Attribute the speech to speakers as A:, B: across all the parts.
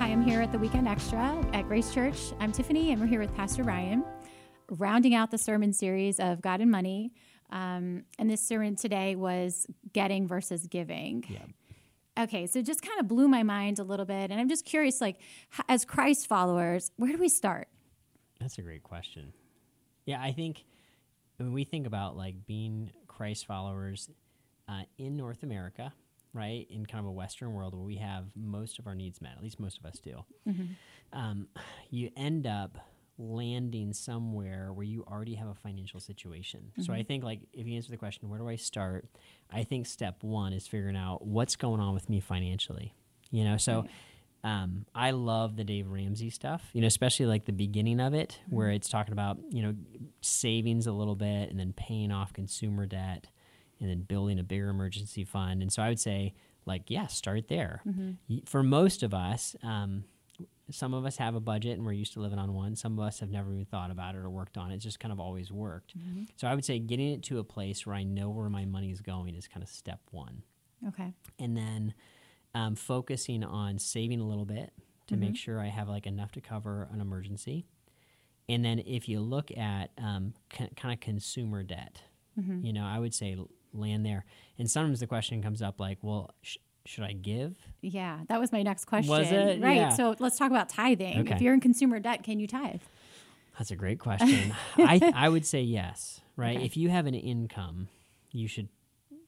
A: I'm here at the Weekend Extra at Grace Church. I'm Tiffany, and we're here with Pastor Ryan, rounding out the sermon series of God and Money. Um, and this sermon today was getting versus giving. Yeah. Okay, so it just kind of blew my mind a little bit, and I'm just curious, like, h- as Christ followers, where do we start?
B: That's a great question. Yeah, I think when we think about like being Christ followers uh, in North America, right, in kind of a Western world where we have most of our needs met, at least most of us do, um, you end up landing somewhere where you already have a financial situation. So I think like if you answer the question, where do I start? I think step one is figuring out what's going on with me financially. You know, so um, I love the Dave Ramsey stuff, you know, especially like the beginning of it, where it's talking about, you know, savings a little bit and then paying off consumer debt and then building a bigger emergency fund. And so I would say, like, yeah, start there. Y- For most of us, um, some of us have a budget and we're used to living on one. Some of us have never even thought about it or worked on it. It's just kind of always worked. So I would say getting it to a place where I know where my money is going is kind of step one
A: Okay.
B: and then um, focusing on saving a little bit to make sure I have like enough to cover an emergency. And then if you look at um, k- kind of consumer debt, you know, I would say l- land there. And sometimes the question comes up like, well, sh- should I give?
A: Yeah, that was my next question.
B: it?
A: Right.
B: Yeah.
A: So let's talk about tithing. If
B: Okay.
A: you're in consumer debt, can you tithe?
B: That's a great question. I th- I would say yes, right? If you have an income, you should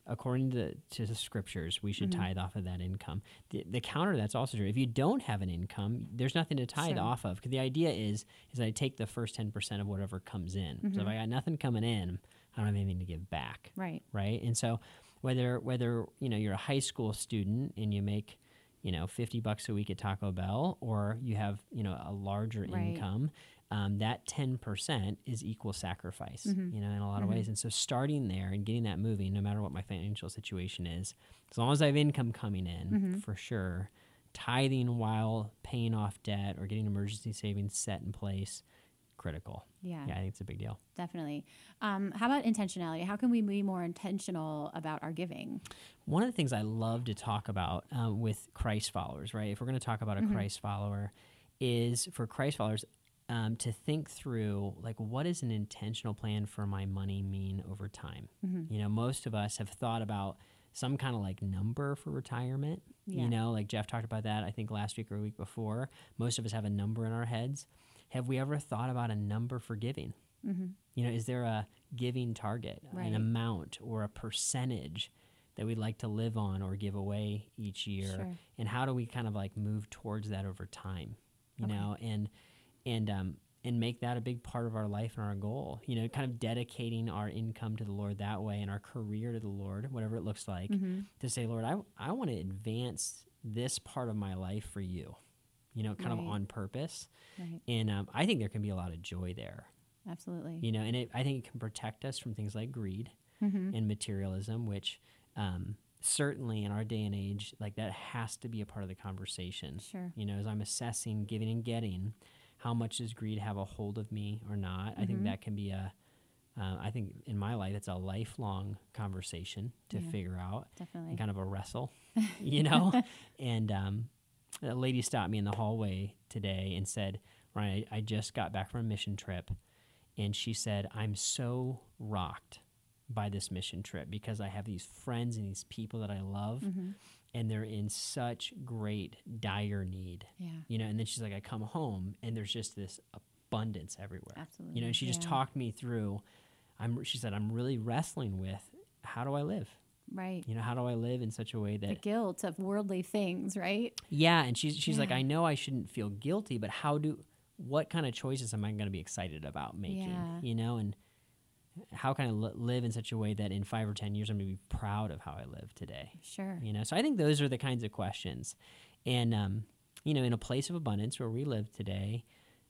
B: according to to the scriptures, we should tithe off of that income. The, the counter to that's also true. If you don't have an income, there's nothing to tithe
A: Sure.
B: off of. 'Cause the idea is is I take the first 10% of whatever comes in. So if I got nothing coming in, I don't have anything to give back
A: Right.
B: right and so whether whether you know you're a high school student and you make you know 50 bucks a week at taco bell or you have you know a larger
A: Right.
B: income um, that 10% is equal sacrifice
A: Mm-hmm.
B: you know in a lot of ways and so starting there and getting that moving no matter what my financial situation is as long as i have income coming in
A: Mm-hmm.
B: for sure tithing while paying off debt or getting emergency savings set in place critical
A: Yeah.
B: yeah i think it's a big deal
A: Definitely. Um, how about intentionality? How can we be more intentional about our giving?
B: One of the things I love to talk about um, with Christ followers, right? If we're going to talk about a Christ follower, is for Christ followers um, to think through like what does an intentional plan for my money mean over time? You know, most of us have thought about some kind of like number for retirement.
A: Yeah.
B: You know, like Jeff talked about that I think last week or week before. Most of us have a number in our heads. Have we ever thought about a number for giving?
A: Mm-hmm.
B: You know, is there a giving target,
A: Right.
B: an amount or a percentage that we'd like to live on or give away each year?
A: Sure.
B: And how do we kind of like move towards that over time? You know, and and um and make that a big part of our life and our goal. You know, kind of dedicating our income to the Lord that way and our career to the Lord, whatever it looks
A: Mm.
B: like,
A: Mm-hmm.
B: to say, Lord, I I want to advance this part of my life for you. You know, kind
A: Right.
B: of on purpose.
A: Right.
B: And um, I think there can be a lot of joy there
A: Absolutely.
B: you know and it, i think it can protect us from things like greed
A: Mm-hmm.
B: and materialism which um, certainly in our day and age like that has to be a part of the conversation
A: Sure.
B: you know as i'm assessing giving and getting how much does greed have a hold of me or not i think that can be a uh, i think in my life it's a lifelong conversation to
A: Yeah.
B: figure out
A: Definitely.
B: and kind of a wrestle, you know? and um, a lady stopped me in the hallway today and said, Ryan, I, I just got back from a mission trip. And she said, I'm so rocked by this mission trip because I have these friends and these people that I love,
A: Mm-hmm.
B: and they're in such great, dire need.
A: Yeah.
B: You know, and then she's like, I come home and there's just this abundance everywhere. You know,
A: Absolutely,
B: and she just
A: yeah.
B: talked me through. I'm. She said, I'm really wrestling with how do I live
A: Right.
B: you know how do i live in such a way
A: The
B: that
A: guilt of worldly things, right?
B: yeah and she's she's like
A: Yeah.
B: i know i shouldn't feel guilty but how do what kind of choices am i going to be excited about making
A: Yeah.
B: you know and how can i li- live in such a way that in five or ten years i'm going to be proud of how i live today
A: Sure.
B: you know so i think those are the kinds of questions and um, you know in a place of abundance where we live today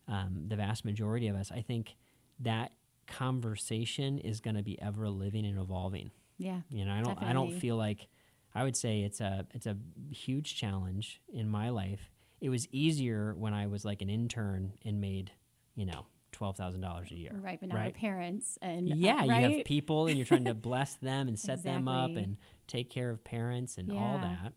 B: um, the vast majority of us i think that conversation is going to be ever living and evolving
A: Yeah.
B: you know, I don't I don't
A: Definitely.
B: feel like I would say it's a it's a huge challenge in my life. It was easier when I was like an intern and made, you know, twelve thousand dollars a year.
A: Right. But now we're
B: Right.
A: parents and uh,
B: Yeah, you have
A: right?
B: people and you're trying to bless them and set them up
A: Exactly.
B: and take care of parents and all
A: Yeah.
B: that.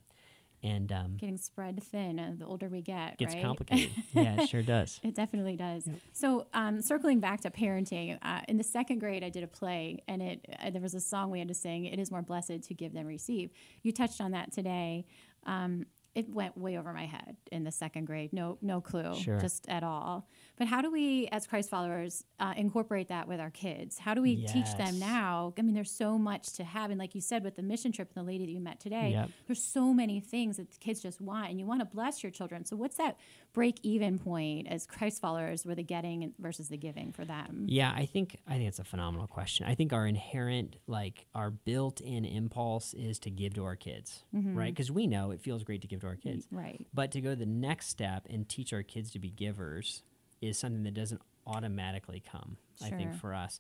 B: and um,
A: Getting spread thin uh, the older we get,
B: gets
A: right?
B: complicated. yeah, it sure does.
A: It definitely does. So, um, circling back to parenting, uh, in the second grade, I did a play, and it uh, there was a song we had to sing. It is more blessed to give than receive. You touched on that today. Um, it went way over my head in the second grade. No, no clue,
B: Sure.
A: just at all. But how do we, as Christ followers, uh, incorporate that with our kids? How do we teach them
B: Yes.
A: now? I mean, there's so much to have, and like you said, with the mission trip and the lady that you met today,
B: Yep.
A: there's so many things that the kids just want, and you want to bless your children. So, what's that break even point as Christ followers where the getting versus the giving for them?
B: Yeah, I think I think it's a phenomenal question. I think our inherent, like our built-in impulse, is to give to our kids,
A: Mm-hmm.
B: right? Because we know it feels great to give to our kids,
A: Right.
B: but to go the next step and teach our kids to be givers is something that doesn't automatically come. I think
A: Sure.
B: for us,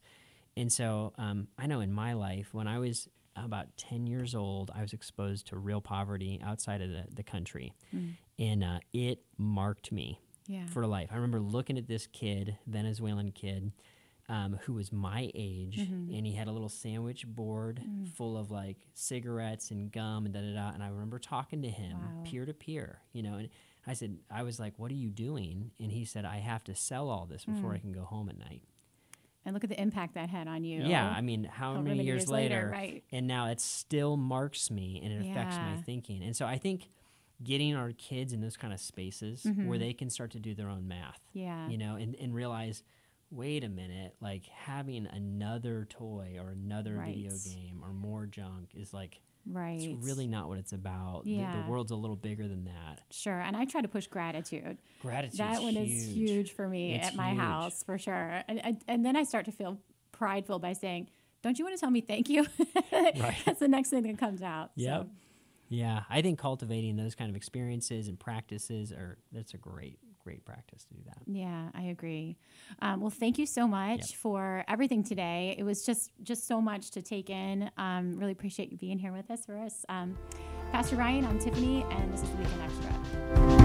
B: and so um, I know in my life when I was about ten years old, I was exposed to real poverty outside of the, the country, and uh, it marked me
A: Yeah.
B: for life. I remember looking at this kid, Venezuelan kid, um, who was my age,
A: Mm-hmm.
B: and he had a little sandwich board
A: Mm.
B: full of like cigarettes and gum and da da da. And I remember talking to him
A: Wow.
B: peer to peer, you know. And I said, I was like, "What are you doing?" And he said, "I have to sell all this
A: Mm.
B: before I can go home at night."
A: and look at the impact that had on you.
B: Yeah, I mean, how,
A: However
B: many,
A: many
B: years,
A: years
B: later,
A: later, right.
B: and now it still marks me and it affects my
A: Yeah.
B: thinking. And so I think getting our kids in those kind of spaces
A: Mm-hmm.
B: where they can start to do their own math,
A: Yeah.
B: you know, and, and realize, wait a minute, like having another toy or another video
A: Right.
B: game or more junk is like,
A: Right.
B: it's really not what it's about. The- The,
A: Yeah.
B: world's a little bigger than that.
A: Sure. And I try to push gratitude.
B: Gratitude.
A: that one is huge for me
B: It's
A: at my
B: huge.
A: house for sure. And, and, and then I start to feel prideful by saying, don't you want to tell me thank you? That's the next thing that comes out. So,
B: Yep. Yeah, I think cultivating those kind of experiences and practices are that's a great great practice to do that.
A: Yeah, I agree. Um, well, thank you so much
B: Yep.
A: for everything today. It was just just so much to take in. Um, really appreciate you being here with us for us. Um, Pastor Ryan, I'm Tiffany, and this is the Weekend Extra.